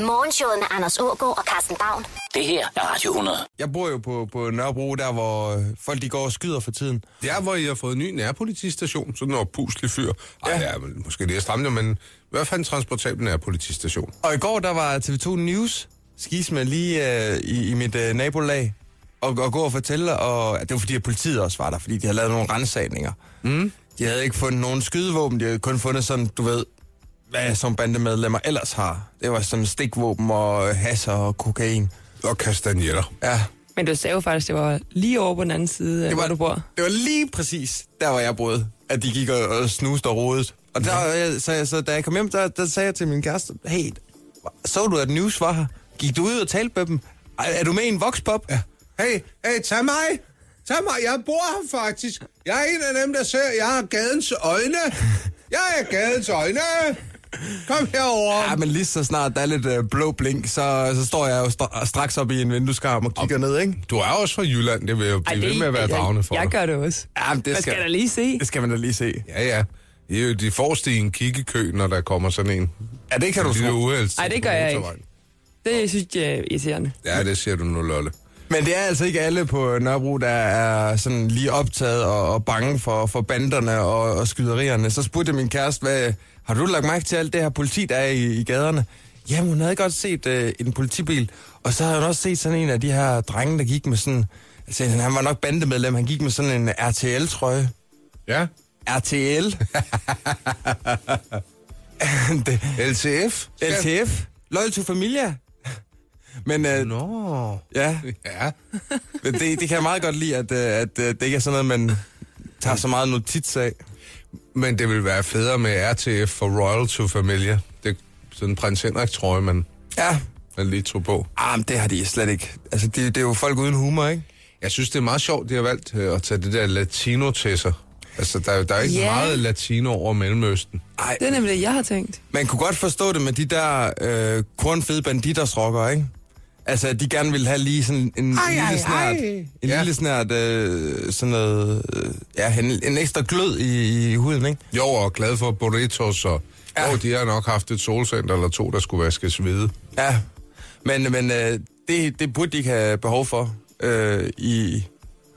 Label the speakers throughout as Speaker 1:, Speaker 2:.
Speaker 1: Morgenshowet med Anders Ågaard og Carsten Baum.
Speaker 2: Det her er Radio 100.
Speaker 3: Jeg bor jo på, på Nørrebro, der hvor øh, folk de går og skyder for tiden.
Speaker 4: Det er, hvor I har fået en ny nærpolitistation, sådan en oppuslig fyr. Ej, ja. ja, men måske det er stramt, men i hvert fald en transportabel nærpolitistation.
Speaker 3: Og i går, der var TV2 News skisme lige øh, i, i mit øh, nabolag og, og gå og fortælle, og det var fordi, at politiet også var der, fordi de havde lavet nogle rensagninger. Mm. De havde ikke fundet nogen skydevåben, de havde kun fundet sådan, du ved, hvad som bandemedlemmer ellers har. Det var sådan stikvåben og øh, hasser og kokain.
Speaker 4: Og kastanjetter.
Speaker 3: Ja,
Speaker 5: Men du sagde jo faktisk, det var lige over på den anden side, det var... hvor du bor.
Speaker 3: Det var lige præcis der, hvor jeg boede, at de gik og, og snuste og rodede. Og der, jeg, så, jeg, så da jeg kom hjem, der, der sagde jeg til min kæreste, hey, så du, at News var her? Gik du ud og talte med dem? Er, er du med i en voxpop? Ja.
Speaker 4: Hey, hey, tag mig! Tag mig, jeg bor her faktisk. Jeg er en af dem, der ser, jeg har gadens øjne. Jeg er gadens øjne. Kom herover.
Speaker 3: ja, men lige så snart der er lidt øh, blå blink, så, så står jeg jo stra- straks op i en vindueskarm og kigger ned, ikke?
Speaker 4: Du er også fra Jylland, det vil jo blive ved med at være dragende for
Speaker 5: Jeg, jeg
Speaker 4: dig.
Speaker 5: gør det også.
Speaker 3: Ja, men det
Speaker 5: Man skal da lige se.
Speaker 3: Det skal man da lige se.
Speaker 4: Ja, ja. I er jo de forreste i en kiggekø, når der kommer sådan en.
Speaker 3: Ja, det kan du
Speaker 4: Lille
Speaker 3: tro.
Speaker 4: uhelds-
Speaker 5: Ej, det gør jeg ikke.
Speaker 4: motorvejen.
Speaker 5: Det synes jeg er irriterende.
Speaker 4: Ja, det ser du nu, Lolle.
Speaker 3: Men det er altså ikke alle på Nørrebro, der er sådan lige optaget og, og bange for, for banderne og, og skyderierne. Så spurgte jeg min kæreste, hvad, har du lagt mærke til alt det her politi, der er i, i gaderne? Jamen, hun havde godt set øh, en politibil, og så havde hun også set sådan en af de her drenge, der gik med sådan... Altså, han var nok bandemedlem, han gik med sådan en RTL-trøje.
Speaker 4: Ja.
Speaker 3: RTL? det,
Speaker 4: LTF?
Speaker 3: LTF? Loyal to Familia? Men øh,
Speaker 4: Nå.
Speaker 3: ja,
Speaker 4: Ja.
Speaker 3: Men det, det kan jeg meget godt lide, at, øh, at øh, det ikke er sådan noget, man tager så meget notits af.
Speaker 4: Men det vil være federe med RTF for Royal to Familia. Det er sådan en prins Henrik trøje, man,
Speaker 3: Ja,
Speaker 4: man lige tog på.
Speaker 3: ah, men det har de slet ikke. Altså, det, det er jo folk uden humor, ikke?
Speaker 4: Jeg synes, det er meget sjovt, de har valgt øh, at tage det der latino til sig. Altså, der, er jo- der er ikke
Speaker 5: Ja.
Speaker 4: yeah. meget latino over Mellemøsten.
Speaker 3: Ej,
Speaker 5: Det er nemlig det, jeg har tænkt.
Speaker 3: man kunne godt forstå det med de der øh, kornfede banditersrokker, ikke? Altså, at de gerne ville have lige sådan en
Speaker 4: Ej,
Speaker 3: lille
Speaker 4: ej,
Speaker 3: snært,
Speaker 4: ej.
Speaker 3: en
Speaker 4: Ja.
Speaker 3: lille snært øh, sådan noget, øh, ja, en, en ekstra glød i, i huden, ikke?
Speaker 4: Jo, og glad for burritos, og ja. jo, de har nok haft et solcenter eller to, der skulle vaskes hvide.
Speaker 3: Ja, men, men øh, det, det burde de ikke have behov for øh, i,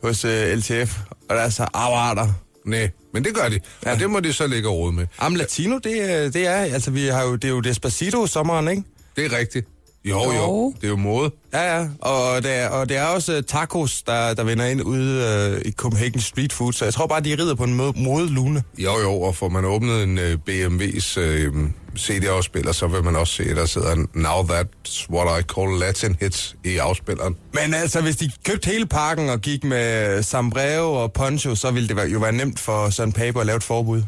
Speaker 3: hos øh, LTF og deres avarter.
Speaker 4: Nej, men det gør de, ja. og det må de så ligge og rode med.
Speaker 3: Am Latino, det, øh, det er, altså vi har jo, det er jo Despacito sommeren, ikke?
Speaker 4: Det er rigtigt. Jo, jo,
Speaker 5: Jo.
Speaker 4: jo. det er jo måde.
Speaker 3: Ja, ja, og det er, og det er også øh, tacos, der, der vender ind ude øh, i Copenhagen Street Food, så jeg tror bare, de rider på en måde, modelune.
Speaker 4: Jo, jo, og får man åbnet en øh, BMW's øh, CD-afspiller, så vil man også se, der sidder en Now That's What I Call Latin Hits i afspilleren.
Speaker 3: Men altså, hvis de købte hele pakken og gik med Sambreo og Poncho, så ville det være- jo være nemt for Søren Pape at lave et forbud.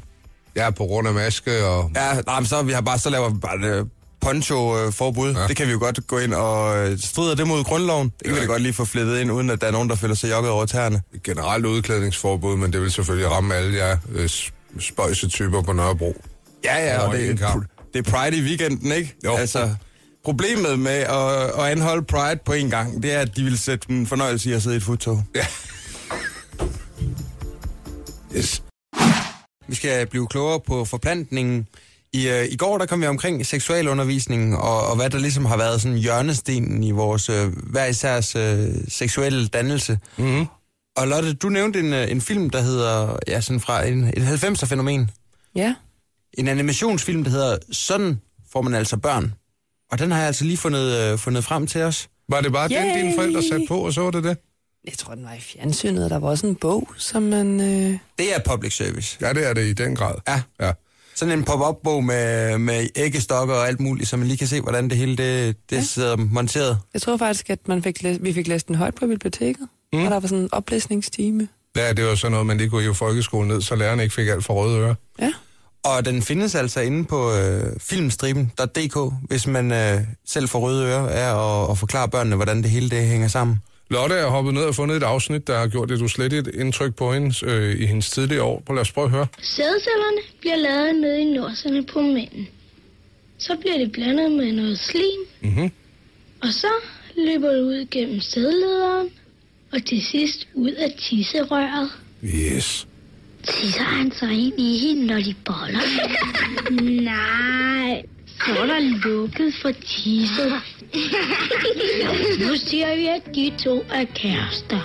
Speaker 4: Ja, på grund af maske og...
Speaker 3: Ja, nej, men så, vi har bare, så laver vi bare et øh, poncho-forbud. Ja.
Speaker 4: Ja.
Speaker 3: Det kan vi jo godt gå ind og øh, strider det mod grundloven. Det kan vi da
Speaker 4: rigtigt.
Speaker 3: godt lige få flettet ind, uden at der er nogen, der føler sig jokket over tæerne.
Speaker 4: generelt udklædningsforbud, men det vil selvfølgelig ramme alle jer øh, s- spøjse typer på Nørrebro.
Speaker 3: Ja, ja,
Speaker 4: Over
Speaker 3: og det,
Speaker 4: en kamp.
Speaker 3: pr- det er Pride i weekenden, ikke?
Speaker 4: Jo.
Speaker 3: Altså, problemet med at, at anholde Pride på en gang, det er, at de vil sætte en fornøjelse i at sidde i et futtog.
Speaker 4: Yes.
Speaker 3: Vi skal blive klogere på forplantningen. I, øh, I går der kom vi omkring seksualundervisningen, og, og hvad der ligesom har været sådan hjørnestenen i vores øh, hver isærs øh, seksuelle dannelse. Mm-hmm. Og Lotte, du nævnte en, øh, en film, der hedder, ja sådan fra en, et 90'er-fænomen.
Speaker 5: Ja.
Speaker 3: En animationsfilm, der hedder Sådan får man altså børn. Og den har jeg altså lige fundet, øh, fundet frem til os.
Speaker 4: Var det bare
Speaker 5: Yay!
Speaker 4: den, dine forældre satte på, og så var det det?
Speaker 5: Jeg tror, den var i fjernsynet, og der var også en bog, som man... Øh...
Speaker 3: Det er public service.
Speaker 4: Ja, det er det i den grad.
Speaker 3: Ja.
Speaker 4: ja.
Speaker 3: Sådan en pop-up-bog med, med æggestokker og alt muligt, så man lige kan se, hvordan det hele det, det ja. sidder monteret.
Speaker 5: Jeg tror faktisk, at man fik læst, vi fik læst den højt på biblioteket, mm. og der var sådan en oplæsningstime.
Speaker 4: Ja, det var sådan noget, man lige kunne hive folkeskolen ned, så lærerne ikke fik alt for røde ører.
Speaker 5: Ja.
Speaker 3: Og den findes altså inde på øh, filmstriben.dk, hvis man øh, selv får røde ører af at, at forklare børnene, hvordan det hele det hænger sammen.
Speaker 4: Lotte er hoppet ned og fundet et afsnit, der har gjort et uslettigt indtryk på hende øh, i hendes tidlige år. Prøv lad os prøve at høre.
Speaker 6: Sædcellerne bliver lavet nede i norserne på manden. Så bliver det blandet med noget slim. Mm-hmm.
Speaker 4: Mhm.
Speaker 6: Og så løber det ud gennem sædlederen. Og til sidst ud af tisserøret.
Speaker 4: Yes.
Speaker 6: Tisser han så ind i hende, når de boller? Nej, Kort er lukket for tisset. Nu siger vi, at de to er kærester.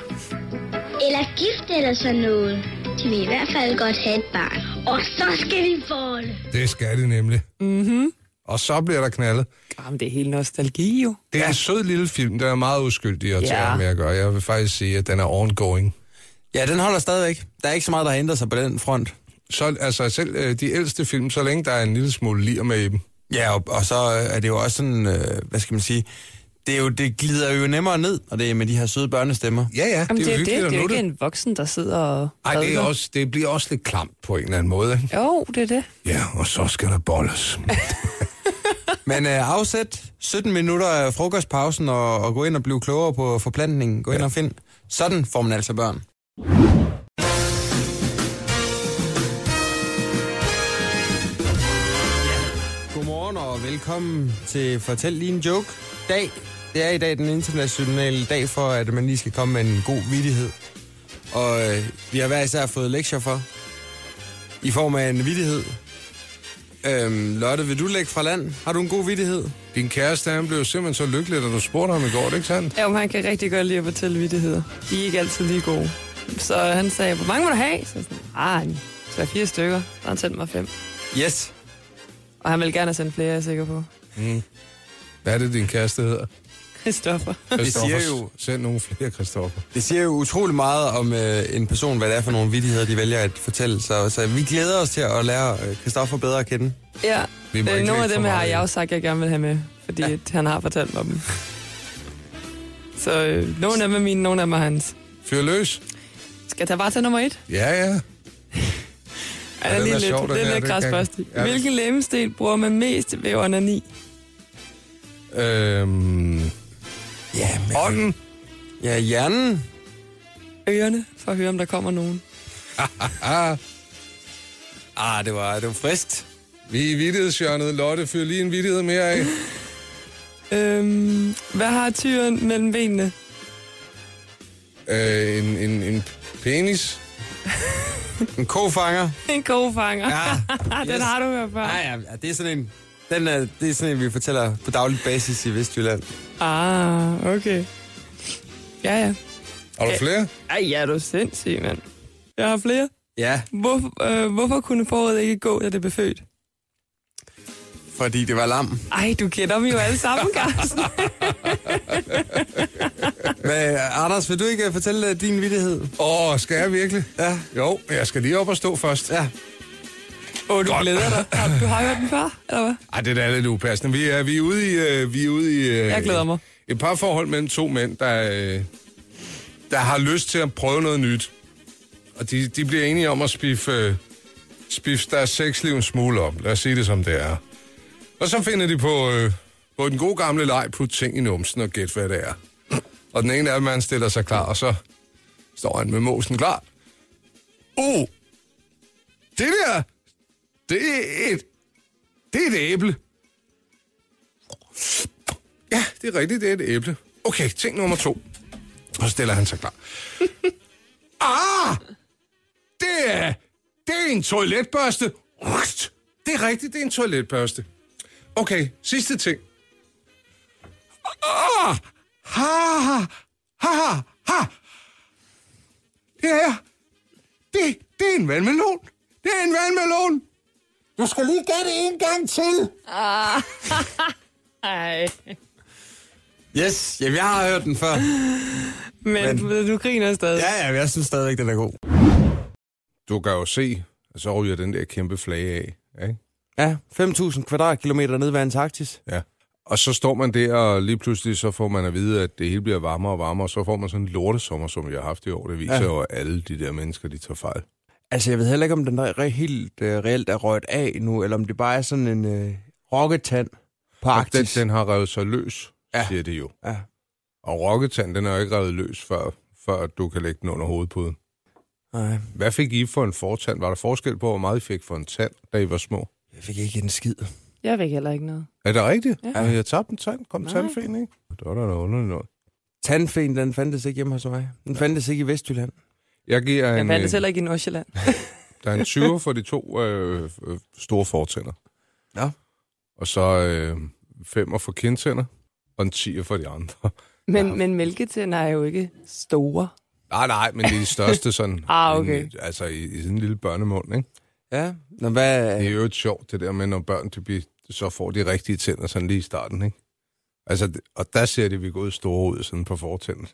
Speaker 6: Eller gift eller sådan noget. De vil i hvert fald godt have et barn. Og så skal vi bolle.
Speaker 4: Det skal det nemlig. Mm-hmm. Og så bliver der knaldet.
Speaker 5: Jamen, det er helt nostalgi jo.
Speaker 4: Det er en sød lille film, den er meget uskyldig at
Speaker 5: Ja.
Speaker 4: tage med at gøre. Jeg vil faktisk sige, at den er ongoing.
Speaker 3: Ja, den holder stadigvæk. Der er ikke så meget, der har ændret sig på den front.
Speaker 4: Så, altså selv øh, de ældste film, så længe der er en lille smule lir med i dem.
Speaker 3: Ja, og, og så øh, er det jo også sådan, øh, hvad skal man sige, det, er jo, det glider jo nemmere ned, og det er med de her søde børnestemmer.
Speaker 4: Ja, ja,
Speaker 5: Jamen, det er jo det.
Speaker 4: hyggeligt
Speaker 5: Det,
Speaker 4: at
Speaker 5: det er jo
Speaker 4: nutte.
Speaker 5: ikke en voksen, der sidder og...
Speaker 4: Ej, det, er
Speaker 5: redder.
Speaker 4: også, det bliver også lidt klamt på en eller anden måde. ikke?
Speaker 5: Jo, det er det.
Speaker 4: Ja, og så skal der bolles.
Speaker 3: Men øh, afsæt 17 minutter af frokostpausen og, og gå ind og blive klogere på forplantningen. Gå ind ja. og find. Sådan får man altså børn. Godmorgen og velkommen til Fortæl lige en joke. Dag. Det er i dag den internationale dag for, at man lige skal komme med en god vidighed. Og øh, vi har hver især fået lektier for. I form af en vidighed. Øhm, Lotte, vil du lægge fra land? Har du en god vidighed?
Speaker 4: Din kæreste, han blev simpelthen så lykkelig, da du spurgte ham i går, det er ikke sandt?
Speaker 5: Jo, han kan rigtig godt lide at fortælle vittigheder. De er ikke altid lige gode. Så han sagde, hvor mange vil du have? Så jeg sådan, ah, en- så er fire stykker. Og han sendte mig fem.
Speaker 3: Yes.
Speaker 5: Og han ville gerne sende flere, jeg er sikker på.
Speaker 4: Hvad er det, din kæreste hedder?
Speaker 5: Christoffer.
Speaker 3: Det siger
Speaker 4: Christoffer,
Speaker 3: jo-
Speaker 4: Send nogle flere, Christoffer.
Speaker 3: Det siger jo utrolig meget om øh, en person, hvad det er for nogle vittigheder, de vælger at fortælle. Så, så vi glæder os til at lære øh, Christoffer bedre at kende.
Speaker 5: Ja,
Speaker 4: Vi må
Speaker 5: øh,
Speaker 4: ikke
Speaker 5: nogle af
Speaker 4: lægge
Speaker 5: dem
Speaker 4: for
Speaker 5: her har
Speaker 4: meget i.
Speaker 5: jeg jo sagt, at jeg gerne vil have med, fordi ja. han har fortalt mig om dem. Så øh, nogle af dem er mine, nogle af dem er hans.
Speaker 4: Fyr løs.
Speaker 5: Skal jeg tage bare til nummer et?
Speaker 4: Ja, ja.
Speaker 5: Ja,
Speaker 4: den
Speaker 5: er lige
Speaker 4: er
Speaker 5: lidt,
Speaker 4: sjov, den
Speaker 5: det
Speaker 4: her,
Speaker 5: er lidt
Speaker 4: det kan-
Speaker 5: græsbørst.
Speaker 4: ja, det-
Speaker 5: Hvilken lemstil bruger man mest ved onani?
Speaker 4: Øhm,
Speaker 3: Ja, men...
Speaker 4: ånden.
Speaker 3: Ja, hjernen.
Speaker 5: Ørerne, for at høre, om der kommer nogen.
Speaker 3: Ah, det var, det var friskt.
Speaker 4: Vi er i vittighedshjørnet. Lotte, fyr lige en vittighed mere af.
Speaker 5: Øhm, hvad har tyren mellem benene?
Speaker 4: Øh, en, en, en penis.
Speaker 3: En kofanger.
Speaker 5: En kofanger. Ja, den
Speaker 3: yes.
Speaker 5: har du hørt før.
Speaker 3: Nej, ja, ja, det er sådan en... Den er, det er sådan en, vi fortæller på daglig basis i Vestjylland.
Speaker 5: Ah, okay. Ja, ja.
Speaker 4: Har du
Speaker 5: Ja.
Speaker 4: flere?
Speaker 5: Ej, ja, du er sindssyg, mand. Jeg har flere.
Speaker 3: Ja,
Speaker 5: Hvor, øh, hvorfor kunne foråret ikke gå, da det blev født?
Speaker 3: fordi det var lam.
Speaker 5: Ej, du kender dem jo alle sammen, Carsten.
Speaker 3: Men øh, Anders, vil du ikke øh, fortælle øh, din vittighed?
Speaker 4: Åh, oh, skal jeg virkelig?
Speaker 3: Ja.
Speaker 4: Jo, jeg skal lige op og stå først.
Speaker 3: Ja.
Speaker 5: Åh, oh, du glæder dig. Har- Du har hørt den før, eller hvad?
Speaker 4: Ej, det er da lidt upassende. Vi er, vi er ude i... Øh, vi er ude i øh,
Speaker 5: Jeg glæder mig.
Speaker 4: Et par forhold mellem to mænd, der, øh, der har lyst til at prøve noget nyt. Og de, de bliver enige om at spiffe, øh, spiffe deres sexliv en smule op. Lad os sige det, som det er. Og så finder de på, øh, på den gode gamle leg, put ting i numsen og gæt, hvad det er. Og den ene af dem, han stiller sig klar, og så står han med mosen klar. Uh! Det der, det er et, det er et æble. Ja, det er rigtigt, det er et æble. Okay, ting nummer to. Og så stiller han sig klar. ah! Det er, det er en toiletbørste. Det er rigtigt, det er en toiletbørste. Okay, sidste ting. Ah! Ha! Ha! Ha! Ha! Det er, det, det er en vandmelon. Det er en vandmelon. Du skal lige gøre det en gang til.
Speaker 5: Ej.
Speaker 3: Yes, jamen jeg har hørt den før.
Speaker 5: Men, Men du griner stadig.
Speaker 3: Ja, ja, jeg synes stadigvæk, den er god.
Speaker 4: Du kan jo se, at så ryger den der kæmpe flage af. Ikke?
Speaker 3: Ja, 5.000 kvadratkilometer ned ved Antarktis.
Speaker 4: Ja. Og så står man der, og lige pludselig så får man at vide, at det hele bliver varmere og varmere, og så får man sådan en lortesommer, som vi har haft i år. Det viser
Speaker 3: Ja.
Speaker 4: ja. jo, at alle de der mennesker, de tager fejl.
Speaker 3: Altså, jeg ved heller ikke, om den re- helt øh, reelt er røget af nu, eller om det bare er sådan en øh, rokketand på
Speaker 4: Og den,
Speaker 3: Arktis.
Speaker 4: den har revet sig løs,
Speaker 3: Ja.
Speaker 4: ja. siger de jo.
Speaker 3: Ja.
Speaker 4: Og rokketand, den er jo ikke revet løs, før, før du kan lægge den under hovedpuden.
Speaker 3: Nej,
Speaker 4: Hvad fik I for en fortand? Var der forskel på, hvor meget I fik for en tand, da I var små?
Speaker 3: jeg fik ikke en skid.
Speaker 5: Jeg fik heller ikke noget.
Speaker 4: Er det rigtigt?
Speaker 5: Ja.
Speaker 4: Ja. Jeg tabte en tand. Kom
Speaker 5: Nej.
Speaker 4: tandfen, ikke? Det var da noget underligt noget.
Speaker 3: Tandfen, den fandtes ikke hjemme hos mig. Den fandtes ikke i Vestjylland.
Speaker 4: Jeg giver
Speaker 5: Jeg
Speaker 4: en,
Speaker 5: fandt det
Speaker 4: øh,
Speaker 5: heller ikke i Nordsjælland.
Speaker 4: der er en 20 for de to øh, øh, store fortænder.
Speaker 3: Nå.
Speaker 4: og så øh, femmer for kindtænder, og en tier for de andre.
Speaker 5: Men, ja. men mælketænder er jo ikke store.
Speaker 4: Nej, nej, men det er de største sådan.
Speaker 5: Ah, okay.
Speaker 4: i- altså i, i sådan en lille børnemund, ikke?
Speaker 3: Ja, Nå, hvad...
Speaker 4: Det er jo et sjovt, det der med, når børn de bliver, så får de rigtige tænder sådan lige i starten, ikke? Altså, det- og der ser det vi gået store ud sådan på fortænden.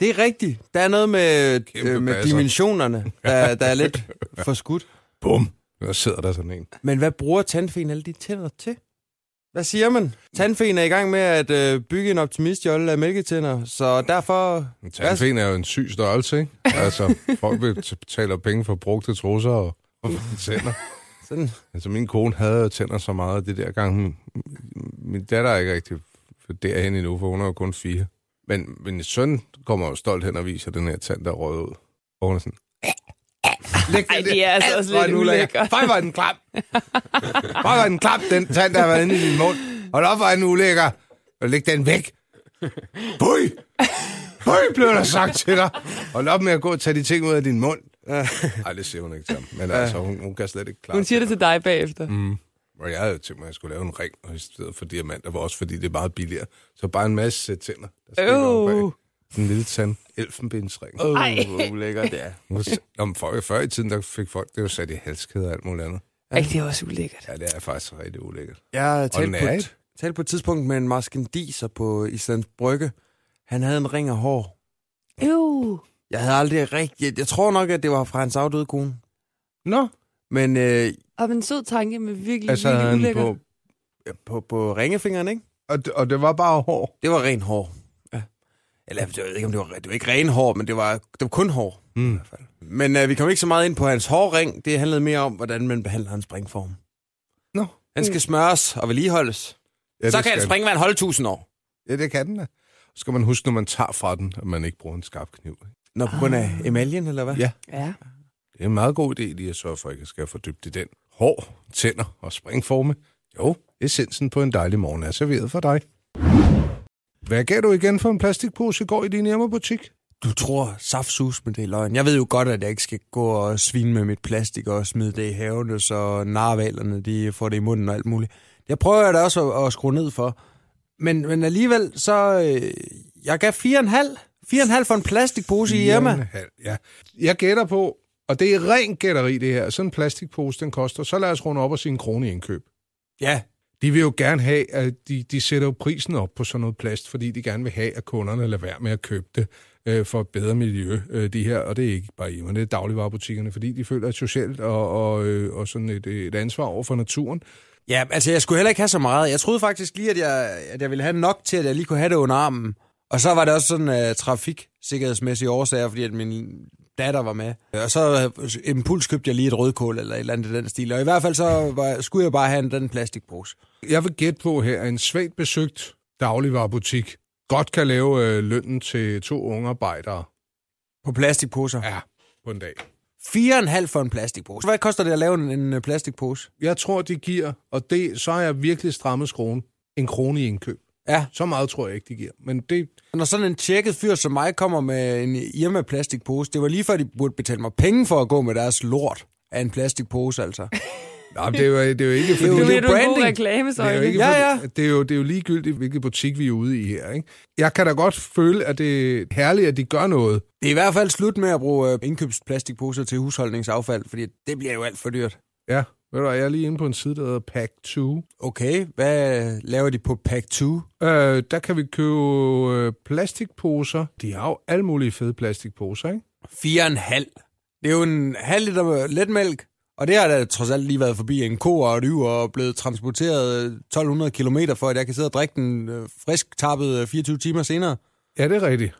Speaker 3: Det er rigtigt. Der er noget med,
Speaker 4: Kæmpe
Speaker 3: øh, med
Speaker 4: basser.
Speaker 3: dimensionerne, der, der er lidt forskudt.
Speaker 4: Bum! Der sidder der sådan en.
Speaker 3: Men hvad bruger tandfen alle de tænder til? Hvad siger man? Tandfen er i gang med at øh, bygge en optimistjolle af mælketænder, så derfor...
Speaker 4: En tandfen er jo en syg størrelse, ikke? Altså, folk betaler penge for brugte trusser og, og tænder.
Speaker 3: Sådan.
Speaker 4: Altså, min kone havde tænder så meget, det der gang, min, min datter er ikke rigtig for derhen endnu, for hun er jo kun fire. Men min søn kommer jo stolt hen og viser den her tand, der er røget ud. Og hun er sådan, Læg
Speaker 5: Ej, det er altså også lidt ulækkert.
Speaker 4: Fej, var den klam. Fej, var den klam, den tand, der har været inde i din mund. Hold op, var den ulækker. Og læg den væk. Bøj! Bøj, blev der sagt til dig. Hold op med at gå og tage de ting ud af din mund. Nej, det siger hun ikke til ham. Men altså, hun, hun kan slet ikke klare
Speaker 5: Hun siger det til dig bagefter. Mm.
Speaker 4: og jeg havde jo tænkt mig, at jeg skulle lave en ring, og i stedet for diamanter, var også fordi det er meget billigere. Så bare en masse sæt tænder. Der stikker
Speaker 5: Øv.
Speaker 4: op bag. En lille tand. Elfenbensring.
Speaker 3: Åh,
Speaker 4: Oh.
Speaker 5: Ej.
Speaker 3: hvor ulækkert det er.
Speaker 4: Om før, før i tiden, der fik folk det jo sat i halskæder og alt muligt andet.
Speaker 5: Ej, det er også ulækkert.
Speaker 4: Ja, det er faktisk rigtig ulækkert.
Speaker 3: Jeg talte på,
Speaker 4: den er
Speaker 3: et, talte på et tidspunkt med en maskendiser på Islands Brygge. Han havde en ring af hår.
Speaker 5: Øv.
Speaker 3: Jeg havde aldrig rigtig... Jeg tror nok, at det var fra hans afdøde kone.
Speaker 4: Nå,
Speaker 3: Men øh,
Speaker 5: Og en sød tanke, men virkelig,
Speaker 4: altså
Speaker 5: virkelig
Speaker 4: han
Speaker 5: ulækkert.
Speaker 4: på...
Speaker 3: på, på ringefingeren, ikke?
Speaker 4: Og det, og det var bare hår.
Speaker 3: Det var ren hår. Ja. Eller jeg ved ikke, om det var, det var ikke ren hår, men det var, det var kun hår.
Speaker 4: Mm.
Speaker 3: Men øh, vi kom ikke så meget ind på hans hårring. Det handlede mere om, hvordan man behandler hans springform.
Speaker 4: Nå.
Speaker 3: Den skal smøres og vedligeholdes.
Speaker 4: Ja,
Speaker 3: Ja, så
Speaker 4: det
Speaker 3: kan
Speaker 4: skal
Speaker 3: en springvand holde tusind år.
Speaker 4: den. Ja, det kan den da. Så skal man huske, når man tager fra den, at man ikke bruger en skarp kniv. ikke?
Speaker 3: Nå, på grund af emaljen, eller hvad?
Speaker 4: Ja.
Speaker 5: Ja.
Speaker 4: Det er en meget god idé lige at sørge for, at jeg skal få dybt i den. Hår, tænder og springforme. Jo, essensen på en dejlig morgen er serveret for dig. Hvad gav du igen for en plastikpose i går i din hjemmebutik?
Speaker 3: Du tror saftsus, men det er løgn. Jeg ved jo godt, at jeg ikke skal gå og svine med mit plastik og smide det i haven, så narvalerne de får det i munden og alt muligt. Jeg prøver jeg da også at, at skrue ned for. Men, men alligevel, så... Øh, jeg gav 4,5. 4,5 for en plastikpose i Irma.
Speaker 4: Hjemme. Ja. Jeg gætter på, og det er ren gætteri det her, sådan en plastikpose den koster, så lad os runde op og sige en krone i indkøb.
Speaker 3: Ja,
Speaker 4: De vil jo gerne have, at de, de sætter jo prisen op på sådan noget plast, fordi de gerne vil have, at kunderne lader være med at købe det øh, for et bedre miljø. Øh, de her, og det er ikke bare hjemme, det er dagligvarerbutikkerne, fordi de føler et socialt og, og, øh, og sådan et, et ansvar over for naturen.
Speaker 3: Ja, altså jeg skulle heller ikke have så meget. Jeg troede faktisk lige, at jeg, at jeg ville have nok til, at jeg lige kunne have det under armen. Og så var det også sådan uh, trafiksikkerhedsmæssige årsager, fordi at min datter var med. Og så øh, impuls købte jeg lige et rødkål eller et eller andet i den stil. Og i hvert fald så var, skulle jeg bare have en, den plastikpose.
Speaker 4: Jeg vil gætte på her, at en svagt besøgt dagligvarebutik godt kan lave øh, lønnen til to unge arbejdere
Speaker 3: På plastikposer. Ja.
Speaker 4: ja, på en dag.
Speaker 3: 4,5 for en plastikpose. Hvad koster det at lave en, en øh, plastikpose?
Speaker 4: Jeg tror, de giver, og det, så har jeg virkelig strammet skruen, en krone i indkøb.
Speaker 3: Ja,
Speaker 4: Så meget tror jeg ikke, de giver. Men det,
Speaker 3: når sådan en tjekket fyr som mig kommer med en Irma-plastikpose, det var lige før, de burde betale mig penge for at gå med deres lort af en plastikpose, altså.
Speaker 4: nej, det, er jo, det er jo ikke, fordi
Speaker 5: Nu
Speaker 3: det er
Speaker 5: bliver
Speaker 3: jo
Speaker 5: du en god
Speaker 3: branding.
Speaker 5: reklame, så.
Speaker 4: Det er jo, ikke,
Speaker 3: Ja,
Speaker 4: ja,
Speaker 3: ja.
Speaker 4: ja. Det, er jo, det er jo ligegyldigt, hvilken butik vi er ude i her. Ikke? Jeg kan da godt føle, at det er herligt, at de gør noget.
Speaker 3: Det er i hvert fald slut med at bruge øh, indkøbsplastikposer til husholdningsaffald, fordi det bliver jo alt for dyrt.
Speaker 4: Ja, ved du, hvad, jeg er lige inde på en side, der hedder Pack 2.
Speaker 3: Okay, hvad øh, laver de på Pack 2?
Speaker 4: Øh, der kan vi købe øh, plastikposer. De har jo alle mulige fede plastikposer, ikke?
Speaker 3: 4,5. Det er jo en halv liter letmælk, og det har da trods alt lige været forbi en ko og et yver og blevet transporteret øh, 1200 km for, at jeg kan sidde og drikke den øh, frisk tappet øh, 24 timer senere.
Speaker 4: Ja, det er rigtigt.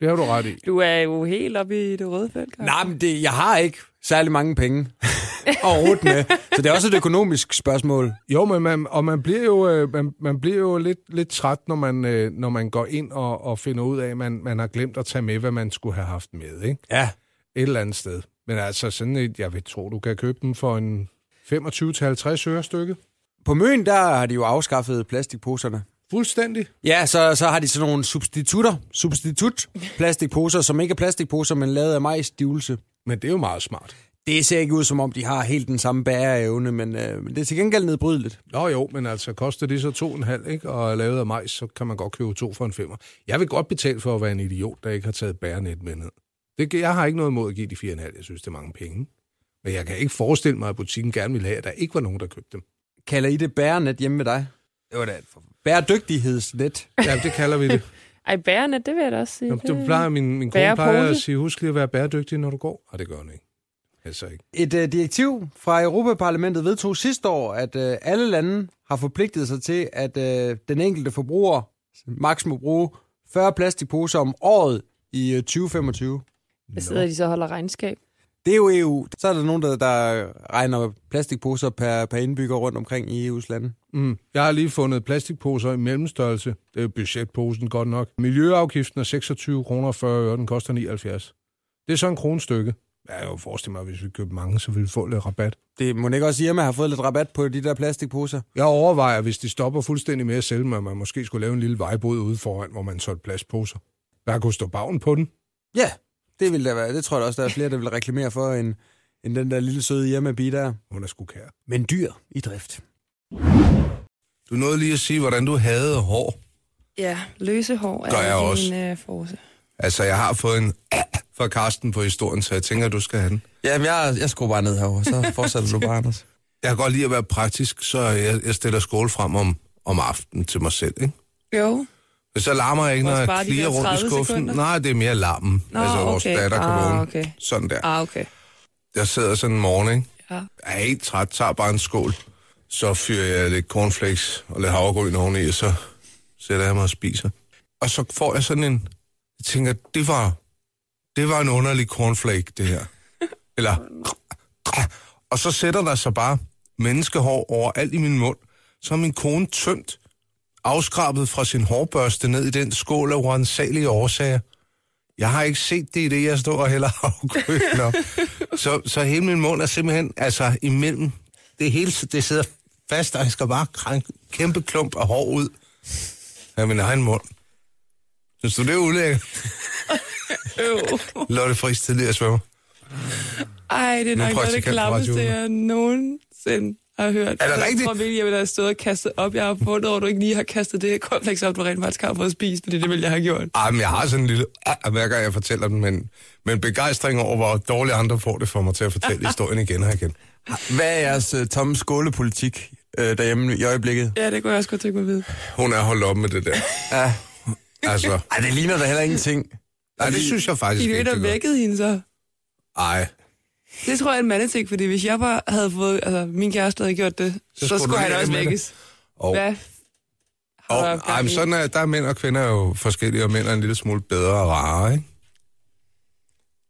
Speaker 4: Det har du ret i.
Speaker 5: Du er jo helt oppe i det røde felt, Karl.
Speaker 3: Nej, men det, jeg har ikke særlig mange penge at rute med, så det er også et økonomisk spørgsmål.
Speaker 4: Jo, men man, og man bliver jo, øh, man, man bliver jo lidt, lidt træt, når man, øh, når man går ind og, og finder ud af, at man, man har glemt at tage med, hvad man skulle have haft med, ikke?
Speaker 3: Ja,
Speaker 4: et eller andet sted. Men altså sådan et, jeg vil tro, du kan købe dem for en 25-50 øre stykket.
Speaker 3: på Møn, der har de jo afskaffet plastikposerne.
Speaker 4: Fuldstændig.
Speaker 3: Ja, så, så har de sådan nogle substitutter, substitut plastikposer, som ikke er plastikposer, men lavet af majsstivelse.
Speaker 4: Men det er jo meget smart.
Speaker 2: Det ser ikke ud, som om de har helt den samme bæreevne, men, øh, men det er til gengæld nedbrydeligt.
Speaker 4: Nå jo, men altså, koster det så to og en halv, ikke? Og er lavet af majs, så kan man godt købe to for en femmer. Jeg vil godt betale for at være en idiot, der ikke har taget bærenet med ned. Det, jeg har ikke noget imod at give de fire og en halv. Jeg synes, det er mange penge. Men jeg kan ikke forestille mig, at butikken gerne ville have, at der ikke var nogen, der købte dem.
Speaker 2: Kalder I det bærenet hjemme ved dig?
Speaker 3: Det var da alt for...
Speaker 2: Bæredygtighedsnet.
Speaker 4: Ja, det kalder vi det.
Speaker 5: Ej, bærene, det vil jeg da også sige.
Speaker 4: Nå, det plejer min, min kone
Speaker 5: Bærepose.
Speaker 4: plejer at sige, husk lige at være bæredygtig, når du går. Og det gør hun ikke. Altså ikke.
Speaker 2: Et øh, direktiv fra Europaparlamentet vedtog sidste år, at øh, alle lande har forpligtet sig til, at øh, den enkelte forbruger maks må bruge 40 plastikposer om året i øh, 2025.
Speaker 5: Jeg sidder de så og holder regnskab.
Speaker 2: Det er jo EU. Så er der nogen, der, der regner plastikposer per, per indbygger rundt omkring i EU's lande.
Speaker 4: Mm. Jeg har lige fundet plastikposer i mellemstørrelse. Det er jo budgetposen godt nok. Miljøafgiften er 26 kroner og 40 øre. Den koster 79. Det er så en krone stykke. Ja, jeg kan jo forestille mig, at hvis vi købte mange, så ville vi få lidt rabat.
Speaker 2: Det må ikke også Irma har fået lidt rabat på de der plastikposer.
Speaker 4: Jeg overvejer, hvis de stopper fuldstændig med at sælge mig, at man måske skulle lave en lille vejbod ude foran, hvor man solgte plastposer. Der kunne stå bagen på den.
Speaker 2: Ja, det vil der være. Det tror jeg da også, der er flere, der vil reklamere for, end, end den der lille søde Irma bi der.
Speaker 4: Hun er sgu kær.
Speaker 2: Men dyr i drift.
Speaker 4: Du nåede lige at sige, hvordan du havde hår.
Speaker 5: Ja, løse hår er
Speaker 4: Gør jeg
Speaker 5: ikke
Speaker 4: også.
Speaker 5: min øh, force.
Speaker 4: Altså, jeg har fået en fra Karsten på historien, så jeg tænker, du skal have den.
Speaker 3: Jamen, jeg, jeg skruer bare ned herovre, så fortsætter du bare, Anders.
Speaker 4: Jeg kan godt lide at være praktisk, så jeg, jeg stiller skål frem om, om aftenen til mig selv, ikke?
Speaker 5: Jo,
Speaker 4: Men så larmer jeg ikke, når
Speaker 5: Må jeg spare
Speaker 4: jeg
Speaker 5: de
Speaker 4: klirer
Speaker 5: der
Speaker 4: rundt i
Speaker 5: 30
Speaker 4: skuffen.
Speaker 5: sekunder?
Speaker 4: Nej, det er mere larmen.
Speaker 5: Nå,
Speaker 4: altså, vores
Speaker 5: okay.
Speaker 4: datter kan
Speaker 5: Ah,
Speaker 4: vågne.
Speaker 5: okay.
Speaker 4: Sådan der.
Speaker 5: ah, okay.
Speaker 4: Jeg sidder sådan en morgen, ikke?
Speaker 5: Ja.
Speaker 4: Jeg er helt træt, tager bare en skål. Så fyrer jeg lidt cornflakes og lidt havregryn oveni, og så sætter jeg mig og spiser. Og så får jeg sådan en... Jeg tænker, det var, det var en underlig cornflake, det her. Eller... Og så sætter der sig bare menneskehår overalt i min mund. Så har min kone tømt, afskrabet fra sin hårbørste ned i den skål af uansagelige årsager. Jeg har ikke set det i det, jeg står og hælder havgrøn op. Så, så hele min mund er simpelthen altså imellem. Det hele det sidder fast, og jeg skal bare krænke en kæmpe klump af hår ud af min egen mund. Synes du, det er ulækkert?
Speaker 5: Jo.
Speaker 4: Lotte Friis tidligere svømmer.
Speaker 5: Ej, det er
Speaker 4: Nu
Speaker 5: nok noget af det
Speaker 4: praktikant på Radio
Speaker 5: klammeste,
Speaker 4: Uno.
Speaker 5: jeg nogensinde har hørt.
Speaker 4: Er det rigtigt?
Speaker 5: Jeg tror virkelig, jeg ville have stået og kastet op. Jeg har fundet over, at du ikke lige har kastet det her cornflakes op, du rent faktisk har fået at spise, fordi det ville jeg have gjort.
Speaker 4: Ej, men jeg har sådan en lille... Ah, hver gang jeg fortæller den, men, men begejstring over, hvor dårlige andre får det for mig til at fortælle historien igen og igen.
Speaker 3: Hvad er jeres
Speaker 2: øh,
Speaker 3: uh, tomme skålepolitik øh, derhjemme i øjeblikket?
Speaker 5: Ja, det kunne jeg også godt tænke mig at vide.
Speaker 4: Hun er holdt op med det der.
Speaker 3: Ja.
Speaker 4: Altså,
Speaker 3: Ej, det ligner da heller ingenting.
Speaker 4: nej, det synes jeg faktisk
Speaker 5: I det,
Speaker 4: ikke.
Speaker 5: der
Speaker 4: det gør.
Speaker 5: vækkede hende så.
Speaker 4: Ej,
Speaker 5: Det tror jeg er en mandeting, fordi hvis jeg bare havde fået, altså min kæreste havde gjort det, så,
Speaker 4: skulle
Speaker 5: så
Speaker 4: du
Speaker 5: skulle han
Speaker 4: ikke
Speaker 5: også
Speaker 4: af med
Speaker 5: vækkes.
Speaker 4: og...
Speaker 5: Hvad? har
Speaker 4: Og,
Speaker 5: der gang
Speaker 4: ej, men
Speaker 5: i?
Speaker 4: sådan er, der er mænd og kvinder jo forskellige, og mænd er en lille smule bedre og rarere, ikke?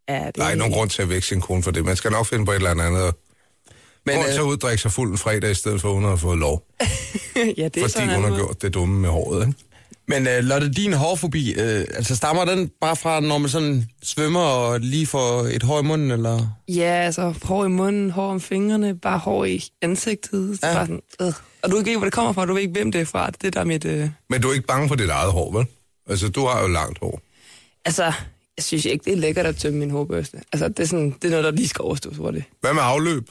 Speaker 5: Ja, det
Speaker 4: Der er ikke nogen grund til at vække sin kone for det. Man skal nok finde på et eller andet. Men
Speaker 3: Men,
Speaker 4: Prøv at tage
Speaker 3: øh,
Speaker 4: ud og drikke sig fuld en fredag, i stedet for at hun har fået lov.
Speaker 5: ja, det er sådan
Speaker 4: Fordi
Speaker 5: en
Speaker 4: hun har
Speaker 5: måde.
Speaker 4: gjort det dumme med håret, ikke?
Speaker 3: men uh, Lotte, din hårfobi, øh, altså stammer den bare fra, når man sådan svømmer og lige får et hår i munden, eller?
Speaker 5: Ja, altså hår i munden, hår om fingrene, bare hår i ansigtet. Ja.
Speaker 3: Ja.
Speaker 5: Bare sådan, øh. Og du ved ikke, hvor det kommer fra, du ved ikke, hvem det er fra. Det er det, der er mit... Øh...
Speaker 4: Men du er ikke bange for dit eget hår, vel? Altså, du har jo langt hår.
Speaker 5: Altså, jeg synes ikke, det er lækkert at tømme min hårbørste. Altså, det er, sådan, det er noget, der lige skal overstås hurtigt.
Speaker 4: Hvad med afløb?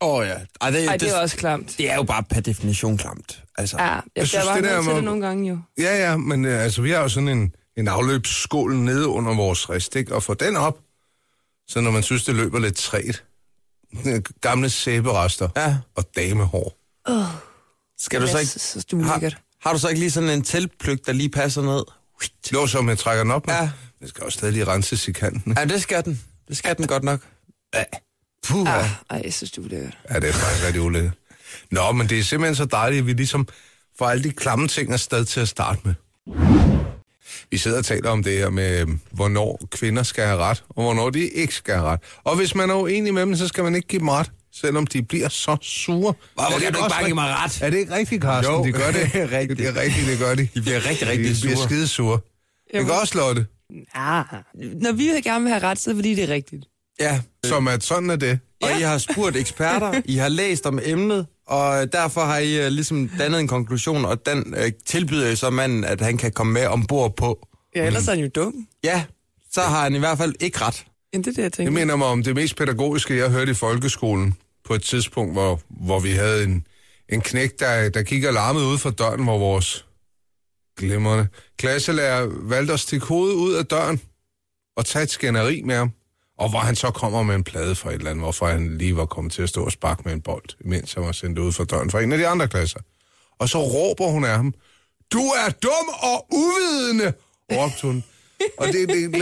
Speaker 3: Åh oh, ja. Ej, det,
Speaker 5: Ej, det er også klamt.
Speaker 3: det er jo bare per definition klamt. Altså.
Speaker 5: Ja, jeg, jeg
Speaker 4: synes,
Speaker 5: synes, bare
Speaker 4: det der
Speaker 5: nødt til
Speaker 4: må-
Speaker 5: det nogle gange jo.
Speaker 4: Ja, ja, men øh, altså, vi har jo sådan en, en afløbsskål nede under vores rest, ikke? Og få den op, så når man synes, det løber lidt træt. Gamle sæberester
Speaker 3: Ja.
Speaker 4: og damehår.
Speaker 3: Skal du så
Speaker 5: Jeg
Speaker 3: ikke...
Speaker 5: synes, så er det ulækkert.
Speaker 3: Har, har du så ikke lige sådan en teltpløk, der lige passer ned?
Speaker 4: Jo, så man trækker den op nu. Ja.
Speaker 3: Ja.
Speaker 4: Den skal også stadig renses i kanten. ikke?
Speaker 3: Ja, det skal den. Det skal den godt nok.
Speaker 4: Puh, ja.
Speaker 5: Ej, jeg synes, det er ulækkert.
Speaker 4: ja, det er faktisk rigtig ulækkert. Nå, men det er simpelthen så dejligt, at vi ligesom får alle de klamme ting afsted til at starte med. Vi sidder og taler om det her med, øhm, hvornår kvinder skal have ret, og hvornår de ikke skal have ret. Og hvis man er uenig med dem, så skal man ikke give dem ret, selvom de bliver så sure.
Speaker 3: Hvorfor
Speaker 4: Er det
Speaker 3: kan du ikke
Speaker 4: også
Speaker 3: bare give mig
Speaker 4: rigt-
Speaker 3: ret?
Speaker 4: Er det ikke rigtigt, Carsten?
Speaker 3: Jo,
Speaker 4: de gør det.
Speaker 3: det er rigtigt.
Speaker 4: Det er rigtigt, det gør de.
Speaker 3: De bliver rigtig,
Speaker 4: de
Speaker 3: rigtig
Speaker 4: bliver
Speaker 3: sure.
Speaker 4: skide sure. Det kan også, Lotte, Ah.
Speaker 5: Ja, når vi gerne vil have ret, så er det fordi, det er rigtigt.
Speaker 3: Ja.
Speaker 4: som at sådan er det.
Speaker 3: Og I har spurgt eksperter, I har læst om emnet, og derfor har I øh, ligesom dannet en konklusion, og den øh, tilbyder I så manden, at han kan komme med ombord på.
Speaker 5: Ja, ellers er han jo dum.
Speaker 3: Ja, så har han i hvert fald ikke ret.
Speaker 5: Jamen, det er det, jeg tænker.
Speaker 4: Det minder mig om det mest pædagogiske, jeg hørte i folkeskolen på et tidspunkt, hvor, hvor vi havde en, en knæk, der, der gik og larmede ud for døren, hvor vores glimrende klasselærer valgte at stikke hovedet ud af døren og tage et skænderi med ham. Og hvor han så kommer med en plade fra et eller andet, hvorfor han lige var kommet til at stå og sparke med en bold, mens han var sendt ud for døren fra en af de andre klasser. Og så råber hun af ham, du er dum og uvidende, råbte hun. Og det, det,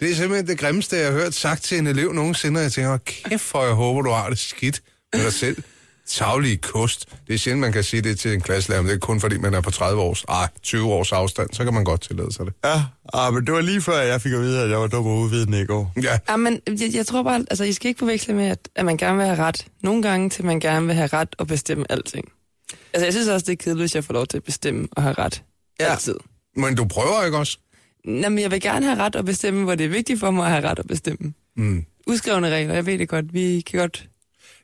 Speaker 4: det er simpelthen det grimmeste, jeg har hørt sagt til en elev nogensinde, og jeg tænker, kæft for, jeg håber, du har det skidt med dig selv. Tavlige kost. Det er sjældent, man kan sige det til en klasselærer, men det er kun fordi, man er på 30 års, ah, 20 års afstand, så kan man godt tillade sig det.
Speaker 3: Ja, ah, men det var lige før, jeg fik at vide, at jeg var dum og uvidende i går.
Speaker 4: Ja,
Speaker 5: Ja, men jeg, jeg tror bare, altså I skal ikke forveksle med, at, at man gerne vil have ret. Nogle gange til man gerne vil have ret og bestemme alting. Altså jeg synes også, det er kedeligt, hvis jeg får lov til at bestemme og have ret. Ja. Altid.
Speaker 4: men du prøver ikke også?
Speaker 5: Nå, men jeg vil gerne have ret og bestemme, hvor det er vigtigt for mig at have ret og bestemme.
Speaker 4: Mm.
Speaker 5: Udskrevne regler, jeg ved det godt. Vi kan godt...